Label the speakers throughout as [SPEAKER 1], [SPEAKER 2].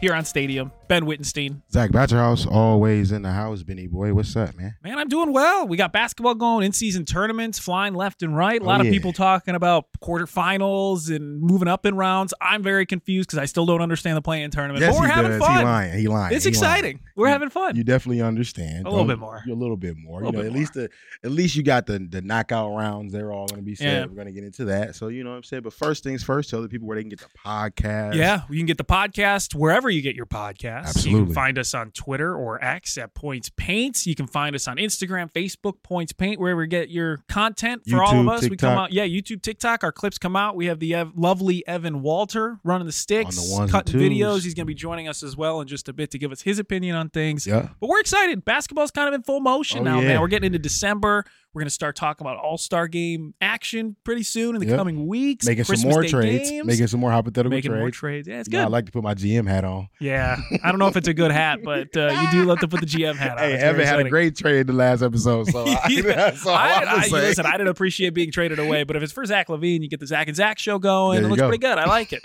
[SPEAKER 1] here on Stadium. Ben Wittenstein.
[SPEAKER 2] Zach Batterhouse always in the house, Benny boy. What's up, man?
[SPEAKER 1] Man, I'm doing well. We got basketball going, in season tournaments flying left and right. A lot
[SPEAKER 2] Oh,
[SPEAKER 1] of
[SPEAKER 2] yeah.
[SPEAKER 1] people talking about quarterfinals and moving up in rounds. I'm very confused because I still don't understand the playing tournament. but we're
[SPEAKER 2] he
[SPEAKER 1] having
[SPEAKER 2] does.
[SPEAKER 1] fun.
[SPEAKER 2] He lying. He lying.
[SPEAKER 1] It's
[SPEAKER 2] He lying.
[SPEAKER 1] exciting. We're having fun.
[SPEAKER 2] You definitely understand.
[SPEAKER 1] A little
[SPEAKER 2] Don't-
[SPEAKER 1] bit more.
[SPEAKER 2] you A little bit more. You
[SPEAKER 1] Little bit
[SPEAKER 2] know, at least the at least you got the the knockout rounds. They're all going to be said.
[SPEAKER 1] Yeah.
[SPEAKER 2] We're going to get into that. So you know what I'm saying. But first things first, tell the people where they can get the podcast.
[SPEAKER 1] Yeah, you can get the podcast wherever you get your podcasts. You can
[SPEAKER 2] Absolutely.
[SPEAKER 1] find us on Twitter or X at Points Paints. You can find us on Instagram, Facebook, Points Paint, wherever you get your content for all of
[SPEAKER 2] YouTube,
[SPEAKER 1] us. We come
[SPEAKER 2] TikTok.
[SPEAKER 1] out, yeah, YouTube, TikTok. Our clips come out. We have the Ev- lovely Evan Walter running the sticks,
[SPEAKER 2] On the ones and
[SPEAKER 1] cutting
[SPEAKER 2] twos.
[SPEAKER 1] videos. He's going to be joining us as well in just a bit to give us his opinion on things.
[SPEAKER 2] Yeah.
[SPEAKER 1] But we're excited. Basketball's kind of in full motion
[SPEAKER 2] Oh,
[SPEAKER 1] now,
[SPEAKER 2] yeah.
[SPEAKER 1] man. We're getting into December. We're going to start talking about All Star Game action pretty soon in the
[SPEAKER 2] Yep.
[SPEAKER 1] coming weeks.
[SPEAKER 2] Making some
[SPEAKER 1] Christmas
[SPEAKER 2] more
[SPEAKER 1] Day
[SPEAKER 2] trades.
[SPEAKER 1] games.
[SPEAKER 2] Making some more hypothetical
[SPEAKER 1] Making
[SPEAKER 2] trades.
[SPEAKER 1] more trades. Yeah, it's
[SPEAKER 2] You know,
[SPEAKER 1] good.
[SPEAKER 2] I like to put my GM hat on.
[SPEAKER 1] Yeah, I don't know if it's a good hat, but uh, you do love to put the GM hat on.
[SPEAKER 2] Hey,
[SPEAKER 1] It's very
[SPEAKER 2] Evan had a
[SPEAKER 1] exciting.
[SPEAKER 2] great trade the last episode, so I,
[SPEAKER 1] Yeah.
[SPEAKER 2] that's all
[SPEAKER 1] I,
[SPEAKER 2] I,
[SPEAKER 1] I,
[SPEAKER 2] can say.
[SPEAKER 1] listen, I didn't appreciate being traded away, but if it's for Zach Levine, you get the Zach and Zach show going.
[SPEAKER 2] There
[SPEAKER 1] It
[SPEAKER 2] you
[SPEAKER 1] looks
[SPEAKER 2] go.
[SPEAKER 1] pretty good. I like it.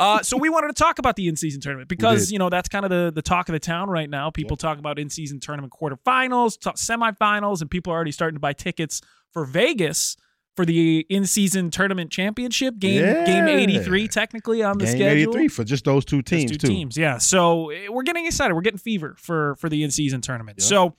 [SPEAKER 1] uh, so we wanted to talk about the in-season tournament because
[SPEAKER 2] did.
[SPEAKER 1] you know that's kind of the the talk of the town right now. People talk about in-season tournament quarterfinals, t- semifinals, and people are already starting to buy tickets for Vegas. For the in-season tournament championship game, game
[SPEAKER 2] Yeah.
[SPEAKER 1] 83 technically on the
[SPEAKER 2] Game
[SPEAKER 1] schedule.
[SPEAKER 2] 83 for just those two
[SPEAKER 1] Just
[SPEAKER 2] teams,
[SPEAKER 1] two
[SPEAKER 2] too.
[SPEAKER 1] teams. Yeah. So eh, we're getting excited. We're getting fever for for the in season tournament.
[SPEAKER 2] Yeah.
[SPEAKER 1] So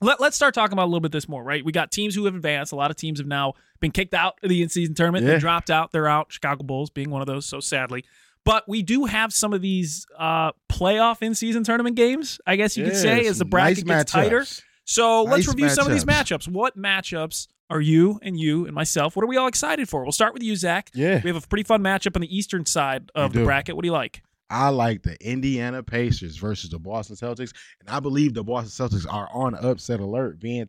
[SPEAKER 1] let, let's start talking about a little bit this more, right? We got teams who have advanced. A lot of teams have now been kicked out of the in season tournament. They
[SPEAKER 2] Yeah.
[SPEAKER 1] dropped out. They're out. Chicago Bulls being one of those. So sadly. But we do have some of these uh, playoff in season tournament games, I guess you could
[SPEAKER 2] Yeah,
[SPEAKER 1] say, as the
[SPEAKER 2] some
[SPEAKER 1] bracket
[SPEAKER 2] nice
[SPEAKER 1] gets tighter.
[SPEAKER 2] matchups.
[SPEAKER 1] So let's
[SPEAKER 2] Nice
[SPEAKER 1] review some of these
[SPEAKER 2] matchups.
[SPEAKER 1] matchups. What matchups are you and you and myself? What are we all excited for? We'll start with you, Zach.
[SPEAKER 2] Yeah.
[SPEAKER 1] We have a pretty fun matchup on the eastern side of
[SPEAKER 2] We
[SPEAKER 1] the
[SPEAKER 2] do.
[SPEAKER 1] bracket. What do you like?
[SPEAKER 2] I like the Indiana Pacers versus the Boston Celtics, and I believe the Boston Celtics are on upset alert. Being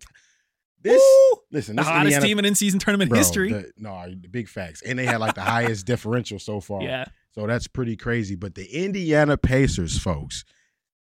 [SPEAKER 2] this,
[SPEAKER 1] Woo!
[SPEAKER 2] listen,
[SPEAKER 1] the
[SPEAKER 2] this
[SPEAKER 1] hottest
[SPEAKER 2] Indiana,
[SPEAKER 1] team in in-season tournament
[SPEAKER 2] bro,
[SPEAKER 1] history.
[SPEAKER 2] the- no, the big facts, and they had like the highest differential so far.
[SPEAKER 1] yeah,
[SPEAKER 2] so that's pretty crazy. But the Indiana Pacers, folks,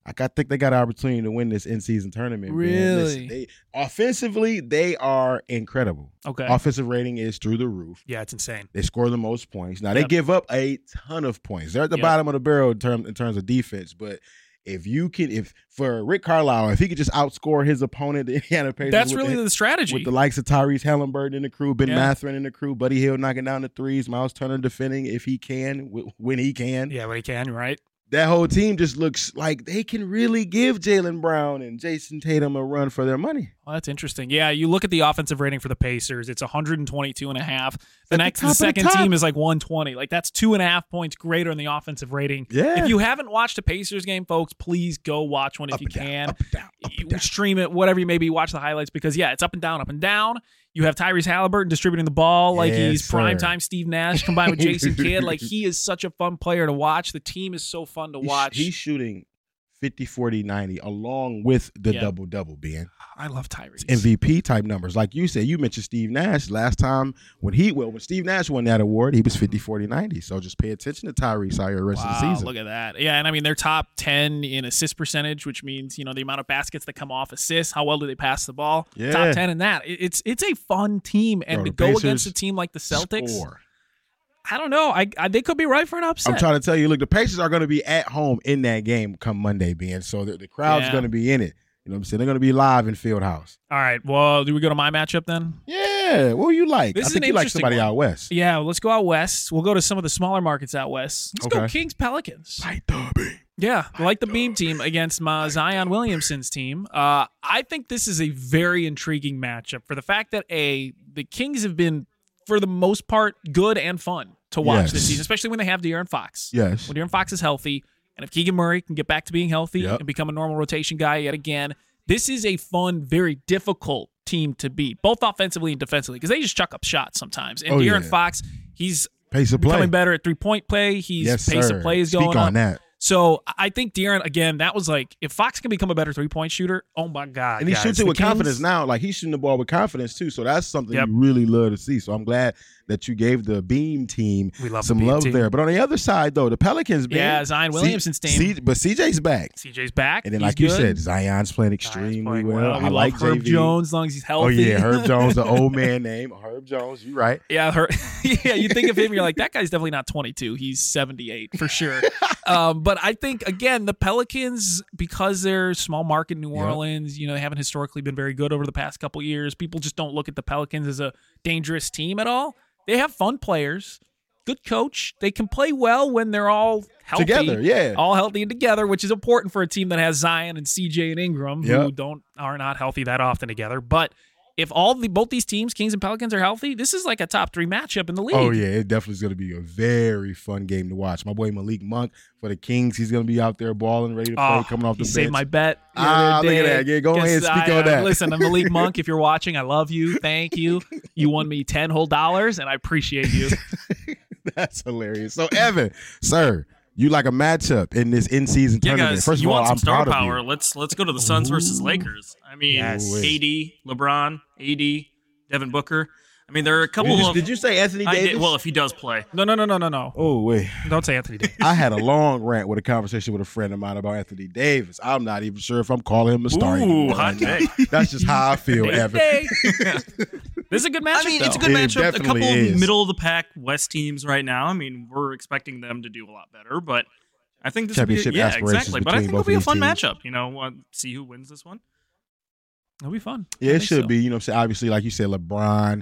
[SPEAKER 2] like, I think they got an opportunity to win this in-season tournament. man. Listen,
[SPEAKER 1] Really?
[SPEAKER 2] they, offensively, they are incredible.
[SPEAKER 1] okay.
[SPEAKER 2] Offensive rating is through the roof.
[SPEAKER 1] yeah, it's insane.
[SPEAKER 2] They score the most points. Now
[SPEAKER 1] Yep.
[SPEAKER 2] they give up a ton of points. They're at the
[SPEAKER 1] Yep.
[SPEAKER 2] bottom of the barrel in, term, in terms of defense, but if you can, if for Rick Carlisle, if he could just outscore his opponent, the Indiana Pacers,
[SPEAKER 1] That's
[SPEAKER 2] with
[SPEAKER 1] really
[SPEAKER 2] the,
[SPEAKER 1] the strategy.
[SPEAKER 2] with the likes of Tyrese Halliburton and the crew, Ben
[SPEAKER 1] Yeah.
[SPEAKER 2] Mathurin and the crew, Buddy Hill knocking down the threes, Miles Turner defending if he can, w- when he can.
[SPEAKER 1] yeah, but he can, right?
[SPEAKER 2] That whole team just looks like they can really give Jalen Brown and Jason Tatum a run for their money.
[SPEAKER 1] Well, that's interesting. Yeah, you look at the offensive rating for the Pacers, it's 122 and a half. The
[SPEAKER 2] at the
[SPEAKER 1] next
[SPEAKER 2] top
[SPEAKER 1] the
[SPEAKER 2] of the
[SPEAKER 1] second
[SPEAKER 2] top.
[SPEAKER 1] team is like 120. Like that's two and a half points greater in the offensive rating.
[SPEAKER 2] Yeah,
[SPEAKER 1] If you haven't watched a Pacers game, folks, please go watch one if
[SPEAKER 2] up
[SPEAKER 1] you
[SPEAKER 2] and down,
[SPEAKER 1] can.
[SPEAKER 2] up and down, up and
[SPEAKER 1] you stream it, whatever you may be, watch the highlights because yeah, it's up and down, up and down. You have Tyrese Halliburton distributing the ball like
[SPEAKER 2] Yes,
[SPEAKER 1] he's
[SPEAKER 2] sir.
[SPEAKER 1] primetime Steve Nash combined with Jason Kidd. Like he is such a fun player to watch. The team is so fun to
[SPEAKER 2] He's-
[SPEAKER 1] watch.
[SPEAKER 2] He's, shooting 50, 40, 90 along with the
[SPEAKER 1] Yeah.
[SPEAKER 2] double double, Ben.
[SPEAKER 1] I love Tyrese.
[SPEAKER 2] MVP type numbers. Like you said, you mentioned Steve Nash last time when he well, when Steve Nash won that award, he was 50, 40, 90. So just pay attention to Tyrese out here the rest of the
[SPEAKER 1] Wow,
[SPEAKER 2] season.
[SPEAKER 1] look at that. Yeah, and I mean they're top ten in assist percentage, which means you know the amount of baskets that come off assists. How well do they pass the ball?
[SPEAKER 2] Yeah.
[SPEAKER 1] Top ten in that. It- It's it's a fun team, and
[SPEAKER 2] Bro,
[SPEAKER 1] to
[SPEAKER 2] the
[SPEAKER 1] go against
[SPEAKER 2] Pacers
[SPEAKER 1] a team like the Celtics,
[SPEAKER 2] Score.
[SPEAKER 1] I don't know. I, I they could be right for an upset.
[SPEAKER 2] I'm trying to tell you, look, the Pacers are going to be at home in that game come Monday, Ben. So the, the crowd's
[SPEAKER 1] Yeah.
[SPEAKER 2] going to be in it. You know what I'm saying? They're going to be live in Fieldhouse.
[SPEAKER 1] All right. Well, do we go to my matchup then?
[SPEAKER 2] Yeah. What do you like?
[SPEAKER 1] This
[SPEAKER 2] I
[SPEAKER 1] is
[SPEAKER 2] think
[SPEAKER 1] an
[SPEAKER 2] you like
[SPEAKER 1] interesting
[SPEAKER 2] somebody
[SPEAKER 1] one.
[SPEAKER 2] out west.
[SPEAKER 1] Yeah, well, let's go out west. We'll go to some of the smaller markets out west. Let's go
[SPEAKER 2] Okay.
[SPEAKER 1] Kings Pelicans.
[SPEAKER 2] Like Derby.
[SPEAKER 1] Yeah, like the beam team against my Zion Williamson's team. Uh, I think this is a very intriguing matchup for the fact that a the Kings have been for the most part, good and fun to watch
[SPEAKER 2] Yes.
[SPEAKER 1] this season, especially when they have De'Aaron Fox.
[SPEAKER 2] Yes.
[SPEAKER 1] When De'Aaron Fox is healthy, and if Keegan Murray can get back to being healthy
[SPEAKER 2] Yep.
[SPEAKER 1] and become a normal rotation guy yet again, this is a fun, very difficult team to beat, both offensively and defensively, because they just chuck up shots sometimes. And
[SPEAKER 2] Oh,
[SPEAKER 1] De'Aaron
[SPEAKER 2] yeah.
[SPEAKER 1] Fox, he's
[SPEAKER 2] Pace of play.
[SPEAKER 1] becoming better at three point play. He's
[SPEAKER 2] Yes,
[SPEAKER 1] pace
[SPEAKER 2] sir.
[SPEAKER 1] of play is
[SPEAKER 2] Speak
[SPEAKER 1] going
[SPEAKER 2] on
[SPEAKER 1] up.
[SPEAKER 2] that.
[SPEAKER 1] So I think De'Aaron again. That was like if Fox can become a better three point shooter. Oh my god!
[SPEAKER 2] And he
[SPEAKER 1] guys,
[SPEAKER 2] shoots
[SPEAKER 1] the
[SPEAKER 2] it with
[SPEAKER 1] Kings-
[SPEAKER 2] confidence now. Like he's shooting the ball with confidence too. So that's something
[SPEAKER 1] Yep.
[SPEAKER 2] you really love to see. So I'm glad that you gave the Beam team
[SPEAKER 1] We love the
[SPEAKER 2] some
[SPEAKER 1] Beam
[SPEAKER 2] love
[SPEAKER 1] team.
[SPEAKER 2] there. But on the other side though, the Pelicans. Man,
[SPEAKER 1] Yeah, Zion Williamson's team.
[SPEAKER 2] C- but CJ's back.
[SPEAKER 1] CJ's back,
[SPEAKER 2] And then,
[SPEAKER 1] He's
[SPEAKER 2] like you
[SPEAKER 1] good.
[SPEAKER 2] said, Zion's playing
[SPEAKER 1] Zion's
[SPEAKER 2] extremely
[SPEAKER 1] playing We
[SPEAKER 2] well. I
[SPEAKER 1] love
[SPEAKER 2] like
[SPEAKER 1] Herb
[SPEAKER 2] JV.
[SPEAKER 1] Jones as long as he's healthy.
[SPEAKER 2] Oh yeah, Herb Jones, the old man name, Herb Jones. You right?
[SPEAKER 1] Yeah, her, yeah. You think of him, you're like, that guy's definitely not 22. He's 78 for sure. um, but I think again, the Pelicans, because they're small market New
[SPEAKER 2] Yep.
[SPEAKER 1] Orleans, you know, they haven't historically been very good over the past couple years. People just don't look at the Pelicans as a dangerous team at all. They have fun players, good coach. They can play well when they're all healthy,
[SPEAKER 2] Together, yeah.
[SPEAKER 1] all healthy and together, which is important for a team that has Zion and CJ and Ingram, who
[SPEAKER 2] Yep.
[SPEAKER 1] don't are not healthy that often together, but if all the both these teams, Kings and Pelicans, are healthy, this is like a top three matchup in the league.
[SPEAKER 2] Oh yeah, it definitely is going to be a very fun game to watch. My boy Malik Monk for the Kings, he's going to be out there balling, ready to play,
[SPEAKER 1] Oh,
[SPEAKER 2] coming off
[SPEAKER 1] he
[SPEAKER 2] the
[SPEAKER 1] saved
[SPEAKER 2] bench.
[SPEAKER 1] my bet. the
[SPEAKER 2] Ah,
[SPEAKER 1] other
[SPEAKER 2] look at
[SPEAKER 1] day.
[SPEAKER 2] that. Yeah, go ahead and
[SPEAKER 1] Guess
[SPEAKER 2] speak
[SPEAKER 1] I,
[SPEAKER 2] on
[SPEAKER 1] uh,
[SPEAKER 2] that.
[SPEAKER 1] Listen, I'm Malik Monk. If you're watching, I love you. Thank you. You won me ten whole dollars, and I appreciate you.
[SPEAKER 2] That's hilarious. So Evan, sir, you like a matchup in this in-season
[SPEAKER 3] Yeah,
[SPEAKER 2] tournament.
[SPEAKER 3] guys,
[SPEAKER 2] First
[SPEAKER 3] you
[SPEAKER 2] of all,
[SPEAKER 3] want some
[SPEAKER 2] I'm
[SPEAKER 3] star
[SPEAKER 2] proud
[SPEAKER 3] power.
[SPEAKER 2] of you.
[SPEAKER 3] Let's let's go to the Suns versus Lakers. I mean,
[SPEAKER 2] Yes.
[SPEAKER 3] AD, LeBron, AD, Devin Booker. I mean, there are a couple
[SPEAKER 2] Did you,
[SPEAKER 3] of.
[SPEAKER 2] did you say Anthony
[SPEAKER 3] I
[SPEAKER 2] Davis?
[SPEAKER 3] did, well, if he does play,
[SPEAKER 1] No, no, no, no, no, no.
[SPEAKER 2] oh wait,
[SPEAKER 1] Don't say Anthony Davis.
[SPEAKER 2] I had a long rant with a conversation with a friend of mine about Anthony Davis. I'm not even sure if I'm calling him a star.
[SPEAKER 3] Ooh,
[SPEAKER 2] anymore
[SPEAKER 3] hot
[SPEAKER 2] right now.
[SPEAKER 3] take.
[SPEAKER 2] That's just how I feel,
[SPEAKER 1] Hey,
[SPEAKER 2] Evan.
[SPEAKER 1] hey. this is a good matchup.
[SPEAKER 3] I mean, it's a
[SPEAKER 1] though.
[SPEAKER 3] good
[SPEAKER 2] It
[SPEAKER 3] matchup. A couple
[SPEAKER 2] definitely is.
[SPEAKER 3] middle of the pack West teams right now. I mean, we're expecting them to do a lot better, but I think this will
[SPEAKER 2] Championship
[SPEAKER 3] be, yeah,
[SPEAKER 2] aspirations
[SPEAKER 3] exactly. But I
[SPEAKER 2] between
[SPEAKER 3] think it'll
[SPEAKER 2] both
[SPEAKER 3] be a
[SPEAKER 2] of
[SPEAKER 3] fun
[SPEAKER 2] these
[SPEAKER 3] matchup. You know, uh, see who wins this one.
[SPEAKER 1] It'll be fun.
[SPEAKER 2] Yeah,
[SPEAKER 1] I
[SPEAKER 2] it
[SPEAKER 1] think
[SPEAKER 2] should
[SPEAKER 1] so.
[SPEAKER 2] be. You know, what I'm saying obviously, like you said, LeBron,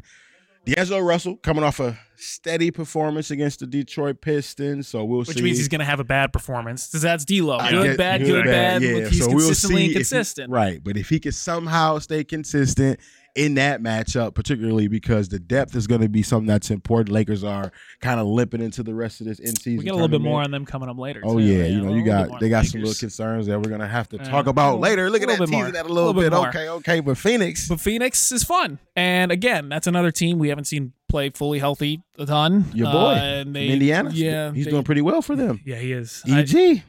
[SPEAKER 2] D'Angelo Russell coming off a steady performance against the Detroit Pistons. So we'll see.
[SPEAKER 1] Which means he's going to have a bad performance. 'cause That's D'Lo.
[SPEAKER 2] I
[SPEAKER 1] Oh, Good,
[SPEAKER 2] get-
[SPEAKER 1] bad, good, bad. Look, he's
[SPEAKER 2] so we'll
[SPEAKER 1] consistently
[SPEAKER 2] see if he-
[SPEAKER 1] inconsistent.
[SPEAKER 2] right, but if he can somehow stay consistent in that matchup, particularly because the depth is going to be something that's important. Lakers are kind of limping into the rest of this in season.
[SPEAKER 1] We get a little bit more on them coming up later.
[SPEAKER 2] Oh
[SPEAKER 1] too.
[SPEAKER 2] yeah,
[SPEAKER 1] a
[SPEAKER 2] you know
[SPEAKER 1] little
[SPEAKER 2] you
[SPEAKER 1] bit more
[SPEAKER 2] got they
[SPEAKER 1] on
[SPEAKER 2] got
[SPEAKER 1] the
[SPEAKER 2] some
[SPEAKER 1] Lakers.
[SPEAKER 2] little concerns that we're gonna have to
[SPEAKER 1] Uh,
[SPEAKER 2] talk
[SPEAKER 1] a
[SPEAKER 2] about
[SPEAKER 1] little-
[SPEAKER 2] later. Look at
[SPEAKER 1] little bit
[SPEAKER 2] that
[SPEAKER 1] more.
[SPEAKER 2] teasing that a little,
[SPEAKER 1] Little bit
[SPEAKER 2] bit.
[SPEAKER 1] more.
[SPEAKER 2] Okay, okay, but Phoenix.
[SPEAKER 1] But Phoenix is fun, and again, that's another team we haven't seen play fully healthy a ton.
[SPEAKER 2] your
[SPEAKER 1] Uh,
[SPEAKER 2] boy
[SPEAKER 1] and they,
[SPEAKER 2] from Indiana.
[SPEAKER 1] yeah,
[SPEAKER 2] he's
[SPEAKER 1] they-
[SPEAKER 2] doing pretty well for them. E
[SPEAKER 1] Yeah, he is. I-
[SPEAKER 2] EG,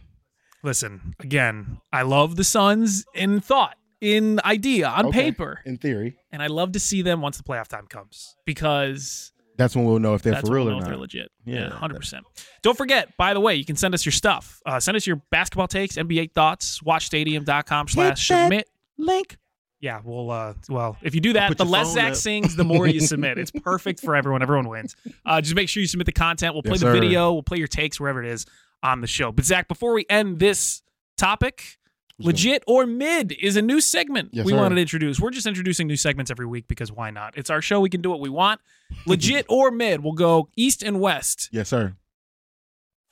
[SPEAKER 1] listen, again, I love the Suns in thought, in idea, on
[SPEAKER 2] Okay.
[SPEAKER 1] paper,
[SPEAKER 2] in theory,
[SPEAKER 1] and I love to see them once the playoff time comes because
[SPEAKER 2] that's when we'll know if they're
[SPEAKER 1] That's
[SPEAKER 2] for
[SPEAKER 1] when
[SPEAKER 2] real
[SPEAKER 1] we'll
[SPEAKER 2] or
[SPEAKER 1] know if They're
[SPEAKER 2] not.
[SPEAKER 1] legit.
[SPEAKER 2] Yeah.
[SPEAKER 1] Yeah, hundred percent. Don't forget, by the way, you can send us your stuff. Uh, send us your basketball takes, NBA thoughts, watchstadium.com slash
[SPEAKER 2] that
[SPEAKER 1] submit link. Yeah, well, uh, well, if you do that,
[SPEAKER 2] put
[SPEAKER 1] the
[SPEAKER 2] your
[SPEAKER 1] less
[SPEAKER 2] phone
[SPEAKER 1] Zach
[SPEAKER 2] up.
[SPEAKER 1] sings, the more you submit. It's perfect for everyone. Everyone wins. Uh, just make sure you submit the content. We'll play
[SPEAKER 2] Yes,
[SPEAKER 1] the
[SPEAKER 2] sir.
[SPEAKER 1] video. We'll play your takes wherever it is on the show. But Zach, before we end this topic, Legit or mid is a new segment
[SPEAKER 2] Yes,
[SPEAKER 1] we
[SPEAKER 2] sir.
[SPEAKER 1] wanted to introduce. We're just introducing new segments every week because why not? It's our show. We can do what we want. Legit or mid, we'll go east and west.
[SPEAKER 2] Yes, sir.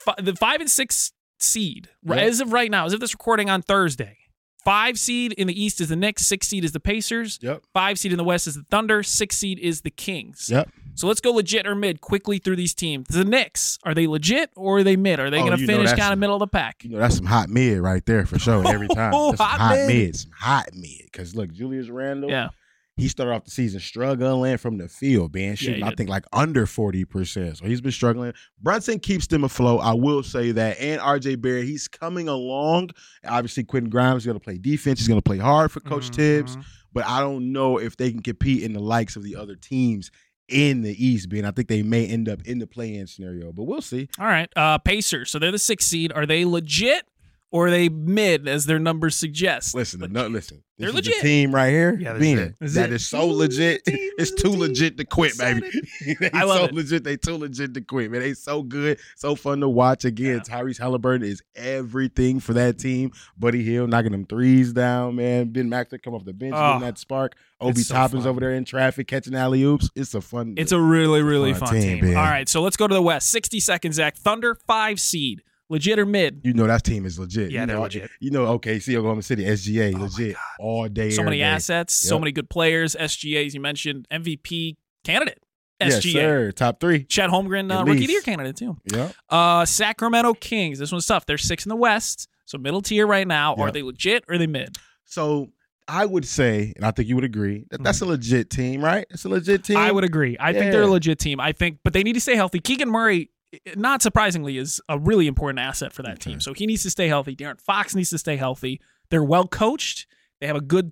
[SPEAKER 1] F- the five and six seed r-
[SPEAKER 2] Yep.
[SPEAKER 1] as of right now, as of this recording on Thursday. Five seed in the east is the Knicks. Six seed is the Pacers.
[SPEAKER 2] Yep.
[SPEAKER 1] Five seed in the west is the Thunder. Six seed is the Kings.
[SPEAKER 2] Yep.
[SPEAKER 1] So let's go legit or mid quickly through these teams. The Knicks are they legit or are they mid? Are they
[SPEAKER 2] Oh,
[SPEAKER 1] going to
[SPEAKER 2] you know
[SPEAKER 1] finish
[SPEAKER 2] that's-
[SPEAKER 1] kind of middle of the pack?
[SPEAKER 2] You know, that's some hot mid right there for sure. Every time.
[SPEAKER 1] Oh,
[SPEAKER 2] That's some
[SPEAKER 1] hot
[SPEAKER 2] hot,
[SPEAKER 1] mid.
[SPEAKER 2] mid. Some hot mid. Cause look, Julius Randle,
[SPEAKER 1] Yeah.
[SPEAKER 2] he started off the season struggling from the field, man. Shooting,
[SPEAKER 1] he
[SPEAKER 2] I
[SPEAKER 1] did.
[SPEAKER 2] think like under 40%. So he's been struggling. Brunson keeps them afloat. I will say that. And RJ Barry, he's coming along. Obviously, Quentin Grimes is gonna play defense. He's gonna play hard for Coach Tibbs.
[SPEAKER 3] Mm-hmm.
[SPEAKER 1] Mhm.
[SPEAKER 2] But I don't know if they can compete in the likes of the other teams in the East, being I think they may end up in the play-in scenario, but we'll see.
[SPEAKER 1] All right. Uh Pacers. So they're the sixth seed. Are they legit or are they mid as their numbers suggest?
[SPEAKER 2] Listen, no, listen. This
[SPEAKER 1] They're
[SPEAKER 2] is
[SPEAKER 1] legit.
[SPEAKER 2] the team right here.
[SPEAKER 1] Yeah,
[SPEAKER 2] Yeah,
[SPEAKER 1] this is
[SPEAKER 2] being
[SPEAKER 1] it. This is
[SPEAKER 2] that
[SPEAKER 1] it.
[SPEAKER 2] is so legit.
[SPEAKER 1] This is the team,
[SPEAKER 2] It's
[SPEAKER 1] this is
[SPEAKER 2] too
[SPEAKER 1] the
[SPEAKER 2] legit to
[SPEAKER 1] I
[SPEAKER 2] quit,
[SPEAKER 1] said
[SPEAKER 2] baby. they
[SPEAKER 1] I love
[SPEAKER 2] so
[SPEAKER 1] it.
[SPEAKER 2] legit. They too legit to quit, man. They so good, so fun to watch. Again,
[SPEAKER 1] Yeah.
[SPEAKER 2] Tyrese Halliburton is everything for that team. Buddy Hill knocking them threes down, man. Ben Maxter come off the bench,
[SPEAKER 1] Oh,
[SPEAKER 2] getting that spark. Obi
[SPEAKER 1] so
[SPEAKER 2] Toppin's
[SPEAKER 1] fun.
[SPEAKER 2] over there in traffic catching alley oops. It's a fun.
[SPEAKER 1] It's a really, really
[SPEAKER 2] Fun
[SPEAKER 1] fun,
[SPEAKER 2] team,
[SPEAKER 1] team.
[SPEAKER 2] man.
[SPEAKER 1] All right, so let's go to the West. 60 seconds, Zach. Thunder, five seed. Legit or mid?
[SPEAKER 2] you know that team is legit.
[SPEAKER 1] Yeah,
[SPEAKER 2] you
[SPEAKER 1] they're
[SPEAKER 2] know,
[SPEAKER 1] legit. Oh
[SPEAKER 2] You know, okay, see Oklahoma City, SGA,
[SPEAKER 1] my
[SPEAKER 2] legit
[SPEAKER 1] God.
[SPEAKER 2] all day.
[SPEAKER 1] So many
[SPEAKER 2] every day.
[SPEAKER 1] assets, so
[SPEAKER 2] Yep.
[SPEAKER 1] many good players. SGA, as you mentioned, MVP candidate.
[SPEAKER 2] Yes,
[SPEAKER 1] SGA.
[SPEAKER 2] sir. Top three.
[SPEAKER 1] Chad Holmgren, uh, rookie
[SPEAKER 2] At
[SPEAKER 1] of the
[SPEAKER 2] least.
[SPEAKER 1] year candidate too.
[SPEAKER 2] Yeah.
[SPEAKER 1] Uh, Sacramento Kings. This one's tough. They're six in the West, so middle tier right now. Are
[SPEAKER 2] Yep.
[SPEAKER 1] they legit or are they mid?
[SPEAKER 2] So I would say, and I think you would agree, that that's a legit team, right? It's a legit team.
[SPEAKER 1] Mm-hmm. I would agree. I think they're a
[SPEAKER 2] Yeah.
[SPEAKER 1] legit team. I think, but they need to stay healthy. Keegan Murray, not surprisingly, is a really important asset for that
[SPEAKER 2] Okay.
[SPEAKER 1] team. So he needs to stay healthy. Darren Fox needs to stay healthy. They're well coached. They have a good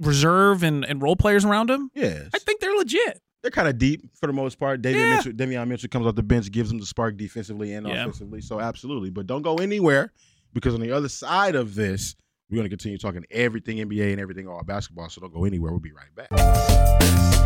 [SPEAKER 1] reserve and, and role players around them.
[SPEAKER 2] Yes.
[SPEAKER 1] I think they're legit.
[SPEAKER 2] They're kind of deep for the most part. David
[SPEAKER 1] Yeah.
[SPEAKER 2] Mitchell, Demian Mitchell comes off the bench, gives them the spark defensively and
[SPEAKER 1] Yeah.
[SPEAKER 2] offensively. So absolutely, but don't go anywhere because on the other side of this, we're going to continue talking everything NBA and everything all basketball. So don't go anywhere. We'll be right back.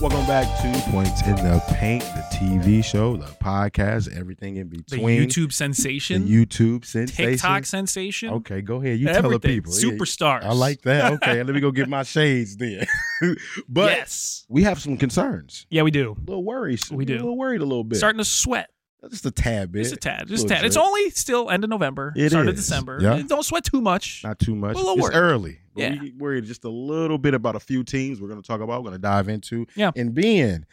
[SPEAKER 2] Welcome back to Points in the Paint, the TV show, the podcast, everything in
[SPEAKER 1] The
[SPEAKER 2] between.
[SPEAKER 1] YouTube sensation,
[SPEAKER 2] the YouTube sensation.
[SPEAKER 1] TikTok sensation.
[SPEAKER 2] Okay, go ahead. You tell the
[SPEAKER 1] everything.
[SPEAKER 2] people. Yeah,
[SPEAKER 1] Superstars.
[SPEAKER 2] I like that. Okay, let me go get my shades then. but
[SPEAKER 1] yes.
[SPEAKER 2] we have some concerns.
[SPEAKER 1] Yeah, we do.
[SPEAKER 2] A little worries.
[SPEAKER 1] We do.
[SPEAKER 2] A little worried a little bit.
[SPEAKER 1] Starting to sweat.
[SPEAKER 2] just a tad bit.
[SPEAKER 1] Just a tad. Just a
[SPEAKER 2] Little
[SPEAKER 1] tad. It's
[SPEAKER 2] bit.
[SPEAKER 1] only still end of November.
[SPEAKER 2] It
[SPEAKER 1] start of
[SPEAKER 2] is.
[SPEAKER 1] December.
[SPEAKER 2] Yeah.
[SPEAKER 1] Don't sweat too much.
[SPEAKER 2] Not too much.
[SPEAKER 1] A little
[SPEAKER 2] it's
[SPEAKER 1] worried.
[SPEAKER 2] early. But
[SPEAKER 1] Yeah.
[SPEAKER 2] We worried just a little bit about a few teams we're going to talk about. We're going to dive into.
[SPEAKER 1] Yeah.
[SPEAKER 2] And being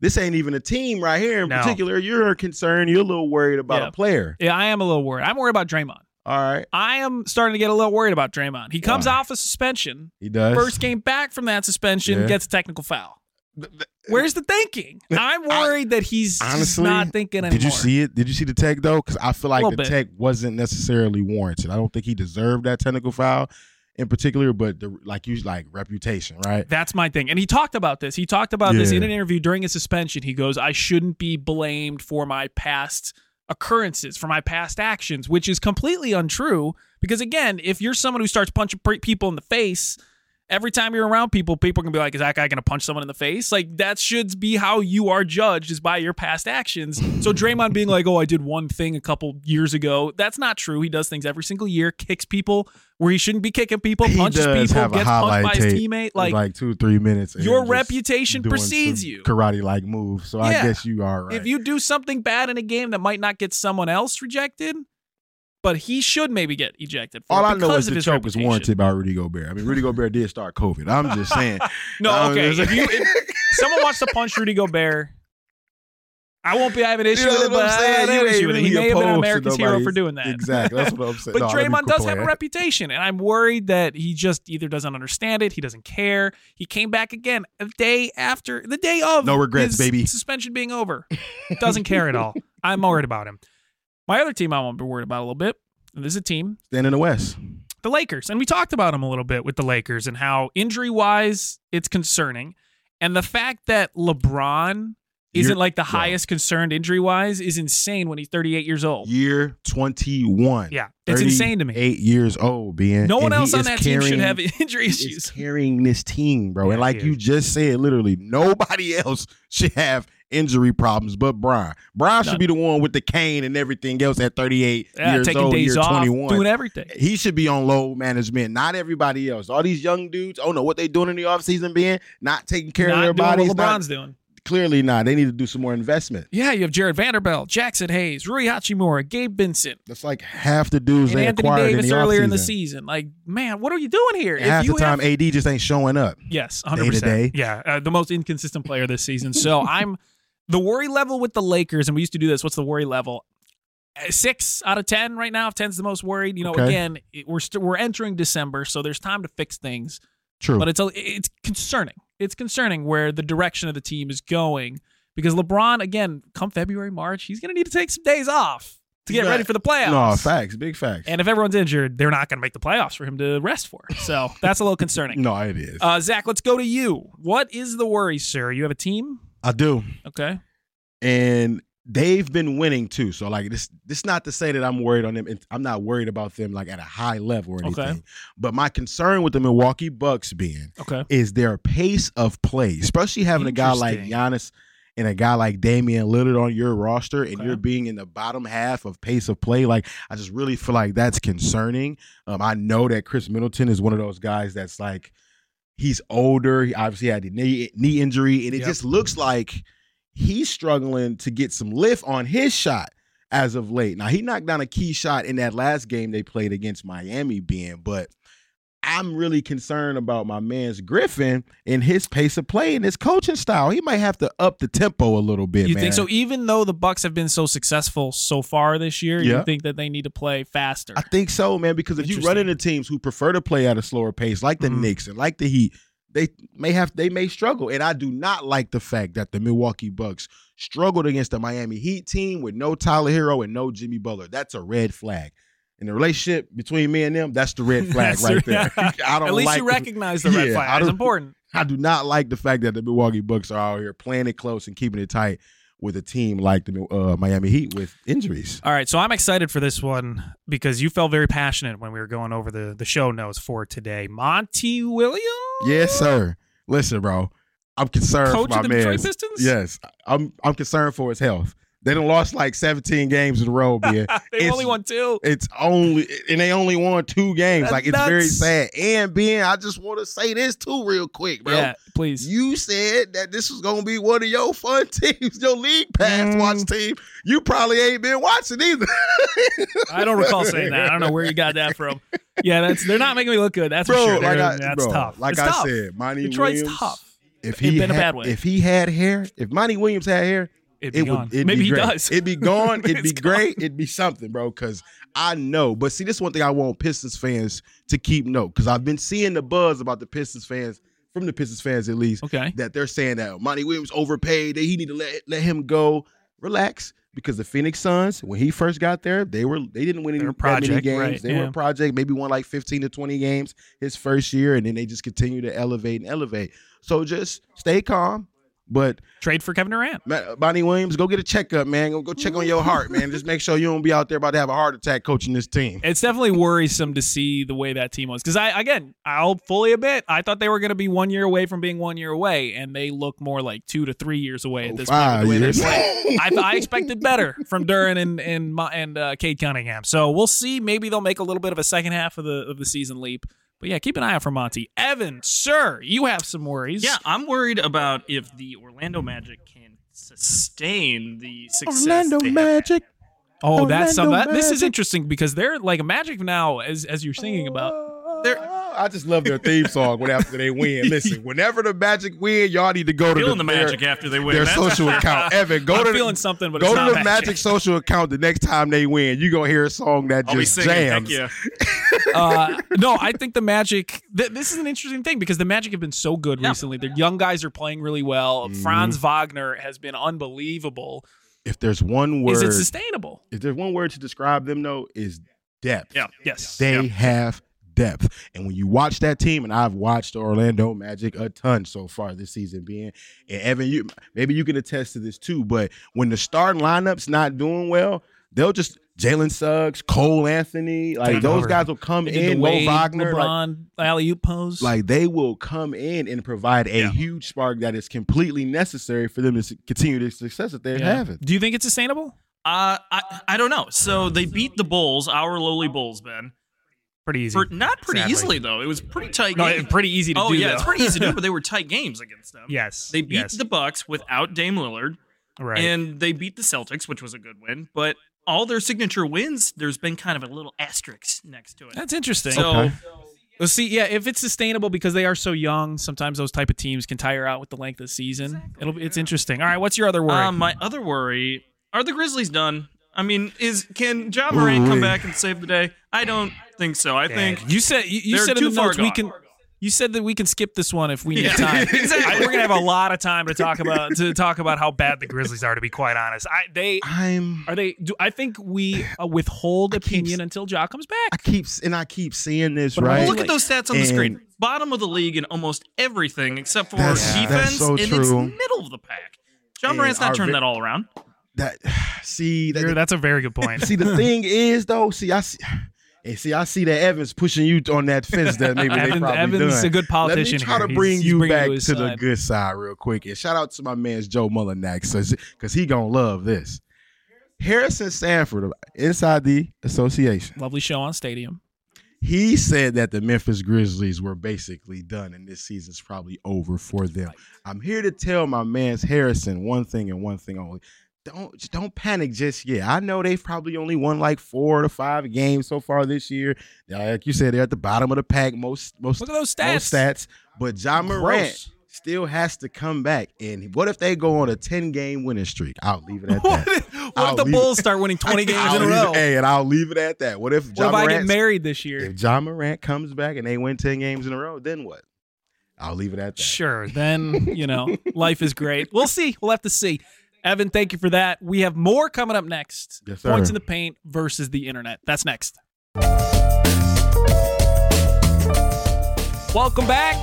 [SPEAKER 2] this ain't even a team right here in
[SPEAKER 3] No.
[SPEAKER 2] particular. You're concerned. You're a little worried about
[SPEAKER 1] Yeah.
[SPEAKER 2] a player.
[SPEAKER 1] Yeah, I am a little worried. I'm worried about Draymond.
[SPEAKER 2] All right.
[SPEAKER 1] I am starting to get a little worried about Draymond. He comes
[SPEAKER 2] Why?
[SPEAKER 1] off a suspension.
[SPEAKER 2] He does.
[SPEAKER 1] First game back from that suspension,
[SPEAKER 2] Yeah.
[SPEAKER 1] gets a technical foul.
[SPEAKER 2] Th- th-
[SPEAKER 1] Where's the thinking? I'm worried that he's just
[SPEAKER 2] honestly,
[SPEAKER 1] not thinking anymore.
[SPEAKER 2] Did you see it? Did you see the tech though? Because I feel like
[SPEAKER 1] Little
[SPEAKER 2] the
[SPEAKER 1] bit.
[SPEAKER 2] tech wasn't necessarily warranted. I don't think he deserved that technical foul in particular, but the like you like reputation, right?
[SPEAKER 1] That's my thing. And he talked about this. He talked about this
[SPEAKER 2] Yeah.
[SPEAKER 1] in an interview during his suspension. He goes, I shouldn't be blamed for my past occurrences, for my past actions, which is completely untrue. Because again, if you're someone who starts punching pre- people in the face, every time you're around people, people can be like, Is that guy going to punch someone in the face? Like, that should be how you are judged, is by your past actions. So Draymond being like, Oh, I did one thing a couple years ago, that's not true. He does things every single year, kicks people where he shouldn't be kicking people,
[SPEAKER 2] He
[SPEAKER 1] punches
[SPEAKER 2] does
[SPEAKER 1] people,
[SPEAKER 2] have a
[SPEAKER 1] gets punched by
[SPEAKER 2] highlight
[SPEAKER 1] his
[SPEAKER 2] tape.
[SPEAKER 1] teammate. Like,
[SPEAKER 2] Like, like two three minutes. and
[SPEAKER 1] your
[SPEAKER 2] just
[SPEAKER 1] reputation
[SPEAKER 2] doing
[SPEAKER 1] precedes
[SPEAKER 2] some
[SPEAKER 1] you.
[SPEAKER 2] Karate like move. So I
[SPEAKER 1] Yeah.
[SPEAKER 2] guess you are right.
[SPEAKER 1] If you do something bad in a game that might not get someone else rejected, but he should maybe get ejected. For
[SPEAKER 2] all
[SPEAKER 1] it
[SPEAKER 2] I know
[SPEAKER 1] because
[SPEAKER 2] is
[SPEAKER 1] of
[SPEAKER 2] the
[SPEAKER 1] his
[SPEAKER 2] choke was
[SPEAKER 1] reputation.
[SPEAKER 2] warranted by Rudy Gobert. I mean, Rudy Gobert did start COVID. I'm just saying.
[SPEAKER 1] No,
[SPEAKER 2] I'm
[SPEAKER 1] okay.
[SPEAKER 2] just-
[SPEAKER 1] If, you, if someone wants to punch Rudy Gobert, I won't be having an issue
[SPEAKER 2] You know
[SPEAKER 1] with it.
[SPEAKER 2] what
[SPEAKER 1] But
[SPEAKER 2] I'm
[SPEAKER 1] I have
[SPEAKER 2] saying?
[SPEAKER 1] an
[SPEAKER 2] You
[SPEAKER 1] issue
[SPEAKER 2] ain't
[SPEAKER 1] with it. He
[SPEAKER 2] really
[SPEAKER 1] may have been an
[SPEAKER 2] opposed to
[SPEAKER 1] America's hero for
[SPEAKER 2] nobody's-
[SPEAKER 1] doing that.
[SPEAKER 2] exactly. That's what I'm saying.
[SPEAKER 1] But
[SPEAKER 2] No, let me
[SPEAKER 1] Draymond does have a
[SPEAKER 2] complain.
[SPEAKER 1] reputation, and I'm worried that he just either doesn't understand it, he doesn't care. He came back again a day after the day of
[SPEAKER 2] No regrets,
[SPEAKER 1] his
[SPEAKER 2] baby.
[SPEAKER 1] suspension being over. Doesn't care at all. I'm worried about him. My other team I want to be worried about a little bit, and this is a team,
[SPEAKER 2] Stand in the West.
[SPEAKER 1] the Lakers. And we talked about him a little bit with the Lakers and how injury wise it's concerning. And the fact that LeBron isn't
[SPEAKER 2] You're-
[SPEAKER 1] like the
[SPEAKER 2] yeah.
[SPEAKER 1] highest concerned injury wise is insane when he's 38 years old.
[SPEAKER 2] Year 21.
[SPEAKER 1] Yeah. It's insane to me.
[SPEAKER 2] Eight years old, being
[SPEAKER 1] No one
[SPEAKER 2] and he
[SPEAKER 1] else on
[SPEAKER 2] is
[SPEAKER 1] that team should
[SPEAKER 2] carrying-
[SPEAKER 1] have injury
[SPEAKER 2] he is
[SPEAKER 1] issues.
[SPEAKER 2] carrying this team, bro.
[SPEAKER 1] Yeah,
[SPEAKER 2] and like
[SPEAKER 1] he
[SPEAKER 2] you
[SPEAKER 1] is.
[SPEAKER 2] just said, literally nobody else should have injury problems but Brian. Brian
[SPEAKER 1] None.
[SPEAKER 2] should be the one with the cane and everything else at 38
[SPEAKER 1] Yeah,
[SPEAKER 2] years
[SPEAKER 1] taking
[SPEAKER 2] old,
[SPEAKER 1] days
[SPEAKER 2] year
[SPEAKER 1] off,
[SPEAKER 2] 21.
[SPEAKER 1] doing everything.
[SPEAKER 2] he should be on low management, not everybody else. All these young dudes, oh no, what they doing in the offseason being not taking care
[SPEAKER 1] Not
[SPEAKER 2] of their
[SPEAKER 1] doing what
[SPEAKER 2] bodies. not-
[SPEAKER 1] LeBron's doing.
[SPEAKER 2] clearly not. They need to do some more investment.
[SPEAKER 1] Yeah, you have Jared Vanderbilt, Jackson Hayes, Rui Hachimura, Gabe Benson,
[SPEAKER 2] That's like half the dudes
[SPEAKER 1] and
[SPEAKER 2] they
[SPEAKER 1] Anthony
[SPEAKER 2] acquired
[SPEAKER 1] Davis
[SPEAKER 2] in the
[SPEAKER 1] earlier in the
[SPEAKER 2] offseason.
[SPEAKER 1] season. Like, man, what are you doing here?
[SPEAKER 2] half
[SPEAKER 1] you
[SPEAKER 2] the time,
[SPEAKER 1] have-
[SPEAKER 2] AD just ain't showing up.
[SPEAKER 1] yes, hundred
[SPEAKER 2] day.
[SPEAKER 1] percent. Yeah, uh, the most inconsistent player this season. So I'm the worry level with the Lakers, and we used to do this. What's the worry level? Uh, Six out of ten right now. If ten's the most worried, you know.
[SPEAKER 2] Okay.
[SPEAKER 1] Again, it, we're st- we're entering December, so there's time to fix things.
[SPEAKER 2] True.
[SPEAKER 1] But it's a, it's concerning. It's concerning where the direction of the team is going because LeBron, again, come February, March, he's going to need to take some days off to get
[SPEAKER 2] Yeah.
[SPEAKER 1] ready for the playoffs.
[SPEAKER 2] no, facts, big facts.
[SPEAKER 1] And if everyone's injured, they're not going to make the playoffs for him to rest for. So that's a little concerning.
[SPEAKER 2] no, it is.
[SPEAKER 1] Uh, Zach, let's go to you. What is the worry, sir? You have a team?
[SPEAKER 2] I do.
[SPEAKER 1] Okay.
[SPEAKER 2] and they've been winning too. So like this, this not to say that I'm worried on them. and I'm not worried about them like at a high level or
[SPEAKER 1] Okay.
[SPEAKER 2] anything. But my concern with the Milwaukee Bucks being
[SPEAKER 1] Okay.
[SPEAKER 2] is their pace of play, especially having a guy like
[SPEAKER 1] Interesting.
[SPEAKER 2] Giannis and a guy like Damian Lillard on your roster, and
[SPEAKER 1] Okay.
[SPEAKER 2] you're being in the bottom half of pace of play. Like I just really feel like that's concerning. Um, I know that Chris Middleton is one of those guys that's like he's older. He obviously had the knee knee injury, and it
[SPEAKER 1] Yep.
[SPEAKER 2] just looks like he's struggling to get some lift on his shot as of late. Now he knocked down a key shot in that last game they played against Miami, being, but I'm really concerned about my man's Griffin and his pace of play and his coaching style. He might have to up the tempo a little bit.
[SPEAKER 1] You
[SPEAKER 2] man.
[SPEAKER 1] think so? Even though the Bucks have been so successful so far this year, you
[SPEAKER 2] Yeah.
[SPEAKER 1] think that they need to play faster?
[SPEAKER 2] I think so, man. Because if you run
[SPEAKER 1] Interesting. Mm-hmm.
[SPEAKER 2] into teams who prefer to play at a slower pace, like the
[SPEAKER 3] Mhm.
[SPEAKER 2] Knicks and like the Heat, they may have they may struggle. And I do not like the fact that the Milwaukee Bucks struggled against the Miami Heat team with no Tyler Hero and no Jimmy Butler. That's a red flag. In the relationship between me and them, that's the red flag
[SPEAKER 1] That's
[SPEAKER 2] right
[SPEAKER 1] the-
[SPEAKER 2] there. I don't
[SPEAKER 1] At least
[SPEAKER 2] like
[SPEAKER 1] you
[SPEAKER 2] the-
[SPEAKER 1] recognize the red
[SPEAKER 2] Yeah, I
[SPEAKER 1] flag. It's
[SPEAKER 2] don't-
[SPEAKER 1] important.
[SPEAKER 2] I do not like the fact that the Milwaukee Bucks are out here playing it close and keeping it tight with a team like the uh, Miami Heat with injuries.
[SPEAKER 1] All right, so I'm excited for this one because you felt very passionate when we were going over the, the show notes for today. Monty Williams,
[SPEAKER 2] Yes, sir. Listen, bro, I'm concerned
[SPEAKER 1] coach
[SPEAKER 2] for my
[SPEAKER 1] of the
[SPEAKER 2] man.
[SPEAKER 1] Detroit Pistons.
[SPEAKER 2] Yes, I'm I'm concerned for his health. They done lost like 17 games in a row, man.
[SPEAKER 1] they
[SPEAKER 2] It's-
[SPEAKER 1] only won two.
[SPEAKER 2] it's only and they only won two games.
[SPEAKER 1] That's
[SPEAKER 2] like it's very
[SPEAKER 1] nuts.
[SPEAKER 2] sad. And Ben, I just want to say this too, real quick, bro.
[SPEAKER 1] Yeah, please.
[SPEAKER 2] You said that this was gonna be one of your fun teams, your league pass
[SPEAKER 1] Mm.
[SPEAKER 2] watch team. You probably ain't been watching either.
[SPEAKER 1] I don't recall saying that. I don't know where you got that from. Yeah, that's they're not making me look good. That's for sure. They're- that's
[SPEAKER 2] bro,
[SPEAKER 1] tough.
[SPEAKER 2] Like
[SPEAKER 1] It's
[SPEAKER 2] I
[SPEAKER 1] tough.
[SPEAKER 2] said, Monty
[SPEAKER 1] Detroit's
[SPEAKER 2] Williams.
[SPEAKER 1] tough.
[SPEAKER 2] If
[SPEAKER 1] In-
[SPEAKER 2] he
[SPEAKER 1] in a
[SPEAKER 2] had,
[SPEAKER 1] bad way.
[SPEAKER 2] if he had hair, if Monty Williams had hair,
[SPEAKER 1] It'd be
[SPEAKER 2] it
[SPEAKER 1] gone.
[SPEAKER 2] would it'd
[SPEAKER 1] Maybe
[SPEAKER 2] be
[SPEAKER 1] he
[SPEAKER 2] great.
[SPEAKER 1] does.
[SPEAKER 2] It'd be gone.
[SPEAKER 1] Maybe
[SPEAKER 2] it'd be
[SPEAKER 1] it's gone.
[SPEAKER 2] great. It'd be something, bro. Because I know. But see, this is one thing I want Pistons fans to keep note. Because I've been seeing the buzz about the Pistons fans from the Pistons fans at least
[SPEAKER 1] okay.
[SPEAKER 2] that they're saying that Monty Williams overpaid. That he need to let let him go. Relax. Because the Phoenix Suns, when he first got there, they were they didn't win any
[SPEAKER 1] They were
[SPEAKER 2] that many
[SPEAKER 1] project,
[SPEAKER 2] games.
[SPEAKER 1] right,
[SPEAKER 2] they were
[SPEAKER 1] yeah.
[SPEAKER 2] a project, maybe won like fifteen to twenty games his first year, and then they just continue to elevate and elevate. So just stay calm, but
[SPEAKER 1] Trade for Kevin Durant.
[SPEAKER 2] Ma- Bonnie Williams, go get a checkup, man. Go, go check on your heart, man. Just make sure you don't be out there about to have a heart attack coaching this team.
[SPEAKER 1] It's definitely worrisome to see the way that team was. Because I, again, I'll fully admit, I thought they were going to be one year away from being one year away, and they look more like two to three years away at this point.
[SPEAKER 2] Oh, Five
[SPEAKER 1] with The way
[SPEAKER 2] years.
[SPEAKER 1] they play. I, th- I expected better from Duran and and Ma- and uh, Cade Cunningham. So we'll see. Maybe they'll make a little bit of a second half of the of the season leap. But yeah, keep an eye out for Monty. Evan, sir, you have some worries.
[SPEAKER 3] Yeah, I'm worried about if the Orlando Magic can sustain the success.
[SPEAKER 2] Orlando
[SPEAKER 3] they have.
[SPEAKER 2] Magic.
[SPEAKER 1] Oh, that's some.
[SPEAKER 2] Orlando
[SPEAKER 1] That, this is
[SPEAKER 2] Magic.
[SPEAKER 1] interesting because they're like Magic now, as as you're singing about.
[SPEAKER 2] They're- I just love their theme song when after they win. Listen, whenever the Magic win, y'all need to go to
[SPEAKER 3] Feeling
[SPEAKER 2] the,
[SPEAKER 3] the
[SPEAKER 2] their-
[SPEAKER 3] Magic after they win.
[SPEAKER 2] Their,
[SPEAKER 3] That's-
[SPEAKER 2] social account. Evan, go
[SPEAKER 1] I'm
[SPEAKER 2] to
[SPEAKER 1] feeling
[SPEAKER 2] the,
[SPEAKER 1] something, but
[SPEAKER 2] go
[SPEAKER 1] it's
[SPEAKER 2] to
[SPEAKER 1] not
[SPEAKER 2] the
[SPEAKER 1] Magic.
[SPEAKER 2] Magic. social account the next time they win. You gonna hear a song that
[SPEAKER 3] I'll be
[SPEAKER 2] just
[SPEAKER 3] singing. Heck
[SPEAKER 2] jams.
[SPEAKER 3] yeah.
[SPEAKER 1] uh, no, I think the Magic. Th- this is an interesting thing because the Magic have been so good
[SPEAKER 3] Yeah.
[SPEAKER 1] recently. Their young guys are playing really well.
[SPEAKER 2] Mhm.
[SPEAKER 1] Franz Wagner has been unbelievable.
[SPEAKER 2] If there's one
[SPEAKER 1] Is
[SPEAKER 2] word,
[SPEAKER 1] it sustainable?
[SPEAKER 2] if there's one word to describe them though, is depth.
[SPEAKER 3] Yeah. Yes.
[SPEAKER 2] They
[SPEAKER 3] Yeah.
[SPEAKER 2] have depth. And when you watch that team, and I've watched the Orlando Magic a ton so far this season, being and Evan, you maybe you can attest to this too, but when the starting lineup's not doing well, they'll just Jalen Suggs, Cole Anthony, like
[SPEAKER 1] Take
[SPEAKER 2] those
[SPEAKER 1] over.
[SPEAKER 2] guys will come
[SPEAKER 1] They did
[SPEAKER 2] in,
[SPEAKER 1] the
[SPEAKER 2] Mo
[SPEAKER 1] Wade,
[SPEAKER 2] Wagner. Like,
[SPEAKER 1] LeBron, alley oop pose.
[SPEAKER 2] like, they will come in and provide a
[SPEAKER 3] Yeah.
[SPEAKER 2] huge spark that is completely necessary for them to s- continue the success that they're
[SPEAKER 1] Yeah.
[SPEAKER 2] having.
[SPEAKER 1] Do you think it's sustainable?
[SPEAKER 3] Uh, I I don't know. So they beat the Bulls, our lowly Bulls, Ben.
[SPEAKER 1] Pretty easy.
[SPEAKER 3] For, not pretty
[SPEAKER 1] Sadly.
[SPEAKER 3] easily though. It was pretty tight.
[SPEAKER 1] no,
[SPEAKER 3] game.
[SPEAKER 1] it- pretty easy to
[SPEAKER 3] oh
[SPEAKER 1] do.
[SPEAKER 3] yeah,
[SPEAKER 1] though.
[SPEAKER 3] it's pretty easy to do, but they were tight games against them.
[SPEAKER 1] yes,
[SPEAKER 3] They beat
[SPEAKER 1] yes,
[SPEAKER 3] the Bucks without Dame Lillard,
[SPEAKER 1] right.
[SPEAKER 3] and they beat the Celtics, which was a good win. But all their signature wins, there's been kind of a little asterisk next to it.
[SPEAKER 1] That's interesting.
[SPEAKER 3] So
[SPEAKER 2] Okay.
[SPEAKER 1] Well, see, yeah, if it's sustainable because they are so young, sometimes those type of teams can tire out with the length of the season. It'll it's interesting. All right, what's your other worry?
[SPEAKER 3] Um, my other worry are the Grizzlies done. I mean, is can John Moran
[SPEAKER 2] Ooh-wee.
[SPEAKER 3] come back and save the day? I don't think so. I think
[SPEAKER 1] you said you, you
[SPEAKER 3] They're
[SPEAKER 1] said in the
[SPEAKER 3] too far
[SPEAKER 1] notes we
[SPEAKER 3] gone.
[SPEAKER 1] can. You said that we can skip this one if we need
[SPEAKER 3] Yeah.
[SPEAKER 1] time.
[SPEAKER 3] Exactly.
[SPEAKER 1] I- we're gonna have a lot of time to talk about to talk about how bad the Grizzlies are. To be quite honest, I they
[SPEAKER 2] I'm
[SPEAKER 1] are they. Do I think we uh, withhold
[SPEAKER 2] I keep-
[SPEAKER 1] opinion until Ja comes
[SPEAKER 2] I
[SPEAKER 1] back?
[SPEAKER 2] keep and I keep seeing this,
[SPEAKER 1] But I'm
[SPEAKER 2] right?
[SPEAKER 1] Hey.
[SPEAKER 3] look at those stats on the
[SPEAKER 2] And-
[SPEAKER 3] screen. Bottom of the league in almost everything except for
[SPEAKER 2] That's-
[SPEAKER 3] defense,
[SPEAKER 2] that's so
[SPEAKER 3] and it's
[SPEAKER 2] true.
[SPEAKER 3] middle of the pack. John
[SPEAKER 2] And
[SPEAKER 3] Moran's not
[SPEAKER 2] our
[SPEAKER 3] turned
[SPEAKER 2] ve-
[SPEAKER 3] that all around.
[SPEAKER 2] that see that,
[SPEAKER 1] You're- that's a very good point.
[SPEAKER 2] see the thing is though see i see and see, I see that Evans pushing you on that fence that maybe they
[SPEAKER 1] Evan,
[SPEAKER 2] probably
[SPEAKER 1] Evan's
[SPEAKER 2] done.
[SPEAKER 1] a good
[SPEAKER 2] Let me
[SPEAKER 1] politician.
[SPEAKER 2] try
[SPEAKER 1] here.
[SPEAKER 2] to
[SPEAKER 1] He's-
[SPEAKER 2] bring
[SPEAKER 1] he's
[SPEAKER 2] you
[SPEAKER 1] bringing uh,
[SPEAKER 2] back
[SPEAKER 1] his
[SPEAKER 2] to the
[SPEAKER 1] side.
[SPEAKER 2] good side real quick. And shout out to my man's Joe Mullinax because he gonna love this. Harrison Sanford, inside the association,
[SPEAKER 1] Lovely show on Stadium.
[SPEAKER 2] he said that the Memphis Grizzlies were basically done and this season's probably over for them. I'm here to tell my man's Harrison one thing and one thing only. don't just don't panic just yet. I know they've probably only won like four to five games so far this year. They're, Like you said, they're at the bottom of the pack most most
[SPEAKER 1] Look at those stats.
[SPEAKER 2] most stats. But John Morant
[SPEAKER 1] Gross.
[SPEAKER 2] still has to come back. And what if they go on a ten game winning streak? I'll leave it at
[SPEAKER 1] What
[SPEAKER 2] that.
[SPEAKER 1] if, what if
[SPEAKER 2] I'll
[SPEAKER 1] the
[SPEAKER 2] leave it-
[SPEAKER 1] Bulls start winning 20 games
[SPEAKER 2] I'll
[SPEAKER 1] in a
[SPEAKER 2] leave it-
[SPEAKER 1] row? What
[SPEAKER 2] Hey, and I'll leave it at that. What if
[SPEAKER 1] if
[SPEAKER 2] John
[SPEAKER 1] I get
[SPEAKER 2] Morant
[SPEAKER 1] married this year?
[SPEAKER 2] if John Morant comes back and they win ten games in a row? Then what? I'll leave it at that.
[SPEAKER 1] Sure. Then, you know, life is great. We'll see. We'll have to see. Evan, thank you for that. We have more coming up next.
[SPEAKER 2] Yes, sir.
[SPEAKER 1] Points in the paint versus the internet. That's next. Welcome back.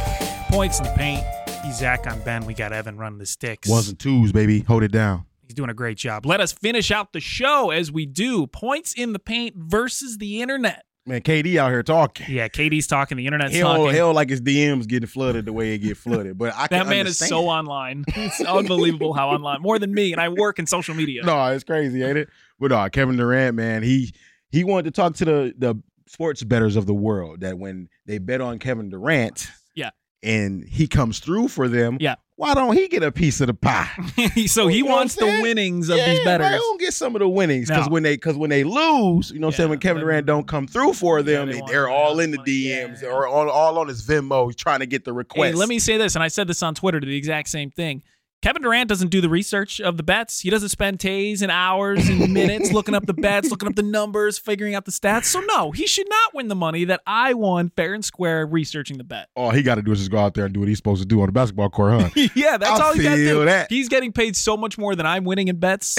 [SPEAKER 1] Points in the paint.
[SPEAKER 3] He's Zach on Ben. We got Evan running the sticks.
[SPEAKER 2] Ones and twos, baby. Hold it down.
[SPEAKER 3] He's doing a great job.
[SPEAKER 1] Let us finish out the show as we do. Points in the paint versus the internet.
[SPEAKER 2] Man, KD out here talking.
[SPEAKER 1] Yeah, Katie's talking. The internet's
[SPEAKER 2] Hell,
[SPEAKER 1] talking.
[SPEAKER 2] hell, like his DMs getting flooded the way it get flooded. But I
[SPEAKER 1] That
[SPEAKER 2] can
[SPEAKER 1] man is
[SPEAKER 2] understand.
[SPEAKER 1] so online. It's unbelievable how online. More than me, and I work in social media.
[SPEAKER 2] No, it's crazy, ain't it? But no, Kevin Durant, man, he he wanted to talk to the the sports betters of the world that when they bet on Kevin Durant,
[SPEAKER 1] Yeah.
[SPEAKER 2] and he comes through for them,
[SPEAKER 1] Yeah.
[SPEAKER 2] why don't he get a piece of the pie?
[SPEAKER 1] so he
[SPEAKER 2] Oh, You know what
[SPEAKER 1] wants
[SPEAKER 2] I'm
[SPEAKER 1] the
[SPEAKER 2] saying?
[SPEAKER 1] winnings of these
[SPEAKER 2] right,
[SPEAKER 1] betters.
[SPEAKER 2] don't get some of the winnings because
[SPEAKER 1] No.
[SPEAKER 2] when they because when they lose, you know, what I'm
[SPEAKER 1] Yeah,
[SPEAKER 2] saying when Kevin
[SPEAKER 1] then-
[SPEAKER 2] Durant don't come through for
[SPEAKER 1] Yeah,
[SPEAKER 2] them,
[SPEAKER 1] they
[SPEAKER 2] they
[SPEAKER 1] want
[SPEAKER 2] are
[SPEAKER 1] the
[SPEAKER 2] all in the
[SPEAKER 1] money. Yeah,
[SPEAKER 2] DMs
[SPEAKER 1] yeah.
[SPEAKER 2] or on, all on his Venmo trying to get the request.
[SPEAKER 1] Hey, let me say this, and I said this on Twitter to the exact same thing. Kevin Durant doesn't do the research of the bets. He doesn't spend days and hours and minutes looking up the bets, looking up the numbers, figuring out the stats. So no, he should not win the money that I won fair and square researching the bet.
[SPEAKER 2] all he got to do is just go out there and do what he's supposed to do on the basketball court, huh?
[SPEAKER 1] yeah, that's
[SPEAKER 2] I
[SPEAKER 1] all he's got to
[SPEAKER 2] feel
[SPEAKER 1] do.
[SPEAKER 2] that.
[SPEAKER 1] He's getting paid so much more than I'm winning in bets.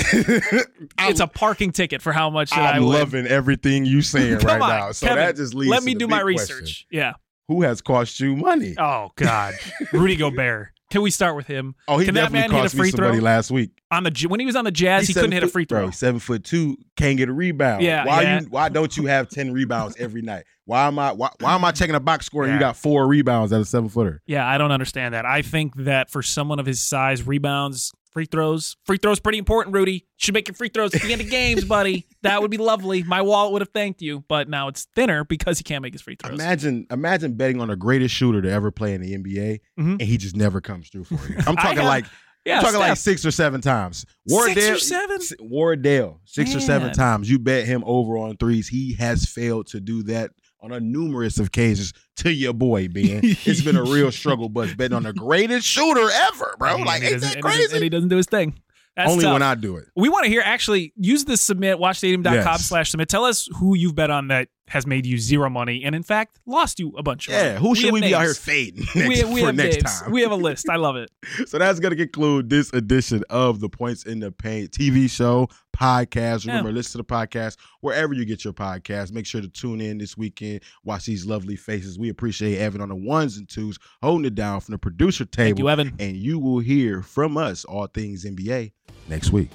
[SPEAKER 2] I-
[SPEAKER 1] it's a parking ticket for how much that I
[SPEAKER 2] I'm
[SPEAKER 1] win.
[SPEAKER 2] loving everything you saying
[SPEAKER 1] Come
[SPEAKER 2] right
[SPEAKER 1] on,
[SPEAKER 2] now. So
[SPEAKER 1] Kevin,
[SPEAKER 2] that just leads.
[SPEAKER 1] Let
[SPEAKER 2] to
[SPEAKER 1] me
[SPEAKER 2] the
[SPEAKER 1] do my
[SPEAKER 2] big question.
[SPEAKER 1] research. Yeah.
[SPEAKER 2] Who has cost you money?
[SPEAKER 1] Oh God, Rudy Gobert. Can we start with him?
[SPEAKER 2] Oh, he
[SPEAKER 1] Can that
[SPEAKER 2] definitely
[SPEAKER 1] man hit a
[SPEAKER 2] cost
[SPEAKER 1] free
[SPEAKER 2] me some money
[SPEAKER 1] throw?
[SPEAKER 2] last week.
[SPEAKER 1] On the J- when he was on the Jazz,
[SPEAKER 2] He's
[SPEAKER 1] he couldn't
[SPEAKER 2] seven
[SPEAKER 1] hit a
[SPEAKER 2] foot-
[SPEAKER 1] free throw.
[SPEAKER 2] Bro, seven foot two can't get a rebound.
[SPEAKER 1] Yeah,
[SPEAKER 2] why
[SPEAKER 1] yeah.
[SPEAKER 2] you? Why don't you have ten rebounds every night? Why am I? Why, why am I checking a box score? and
[SPEAKER 1] Yeah.
[SPEAKER 2] You got four rebounds at a seven footer.
[SPEAKER 1] Yeah, I don't understand that. I think that for someone of his size, rebounds, free throws, free throws pretty important. Rudy should make your free throws at the end of games, buddy. That would be lovely. My wallet would have thanked you, but now it's thinner because he can't make his free throws.
[SPEAKER 2] Imagine, imagine betting on the greatest shooter to ever play in the NBA,
[SPEAKER 1] Mhm.
[SPEAKER 2] and he just never comes through for you. I'm
[SPEAKER 1] I
[SPEAKER 2] talking
[SPEAKER 1] have-
[SPEAKER 2] like
[SPEAKER 1] yeah,
[SPEAKER 2] I'm talking like
[SPEAKER 1] Steph.
[SPEAKER 2] six or seven times.
[SPEAKER 1] Six or
[SPEAKER 2] Wardell,
[SPEAKER 1] seven?
[SPEAKER 2] S- Wardell, six or seven
[SPEAKER 1] Man.
[SPEAKER 2] times. You bet him over on threes. He has failed to do that on a numerous occasions to your boy, Ben. it's been a real struggle, but betting on the greatest shooter ever, bro.
[SPEAKER 1] And he-
[SPEAKER 2] like,
[SPEAKER 1] and he doesn't-
[SPEAKER 2] ain't that
[SPEAKER 1] and he doesn't-
[SPEAKER 2] crazy?
[SPEAKER 1] And he doesn't do his thing. That's
[SPEAKER 2] Only
[SPEAKER 1] tough.
[SPEAKER 2] when I do it.
[SPEAKER 1] we want to hear actually use this submit watchstadium.com
[SPEAKER 2] Yes.
[SPEAKER 1] slash submit tell us who you've bet on that has made you zero money and in fact lost you a bunch of money.
[SPEAKER 2] Yeah, who should
[SPEAKER 1] have
[SPEAKER 2] we, be out here
[SPEAKER 1] names.
[SPEAKER 2] fading
[SPEAKER 1] we,
[SPEAKER 2] next,
[SPEAKER 1] we
[SPEAKER 2] for
[SPEAKER 1] have
[SPEAKER 2] next
[SPEAKER 1] names.
[SPEAKER 2] time?
[SPEAKER 1] we have a list i love it
[SPEAKER 2] so that's going to conclude this edition of the Points in the Paint TV show podcast. Remember, listen to the podcast wherever you get your podcast. Make sure to tune in this weekend. Watch these lovely faces. We appreciate Evan on the ones and twos holding it down from the producer
[SPEAKER 1] thank
[SPEAKER 2] table.
[SPEAKER 1] you evan
[SPEAKER 2] and you will hear from us all things NBA next week.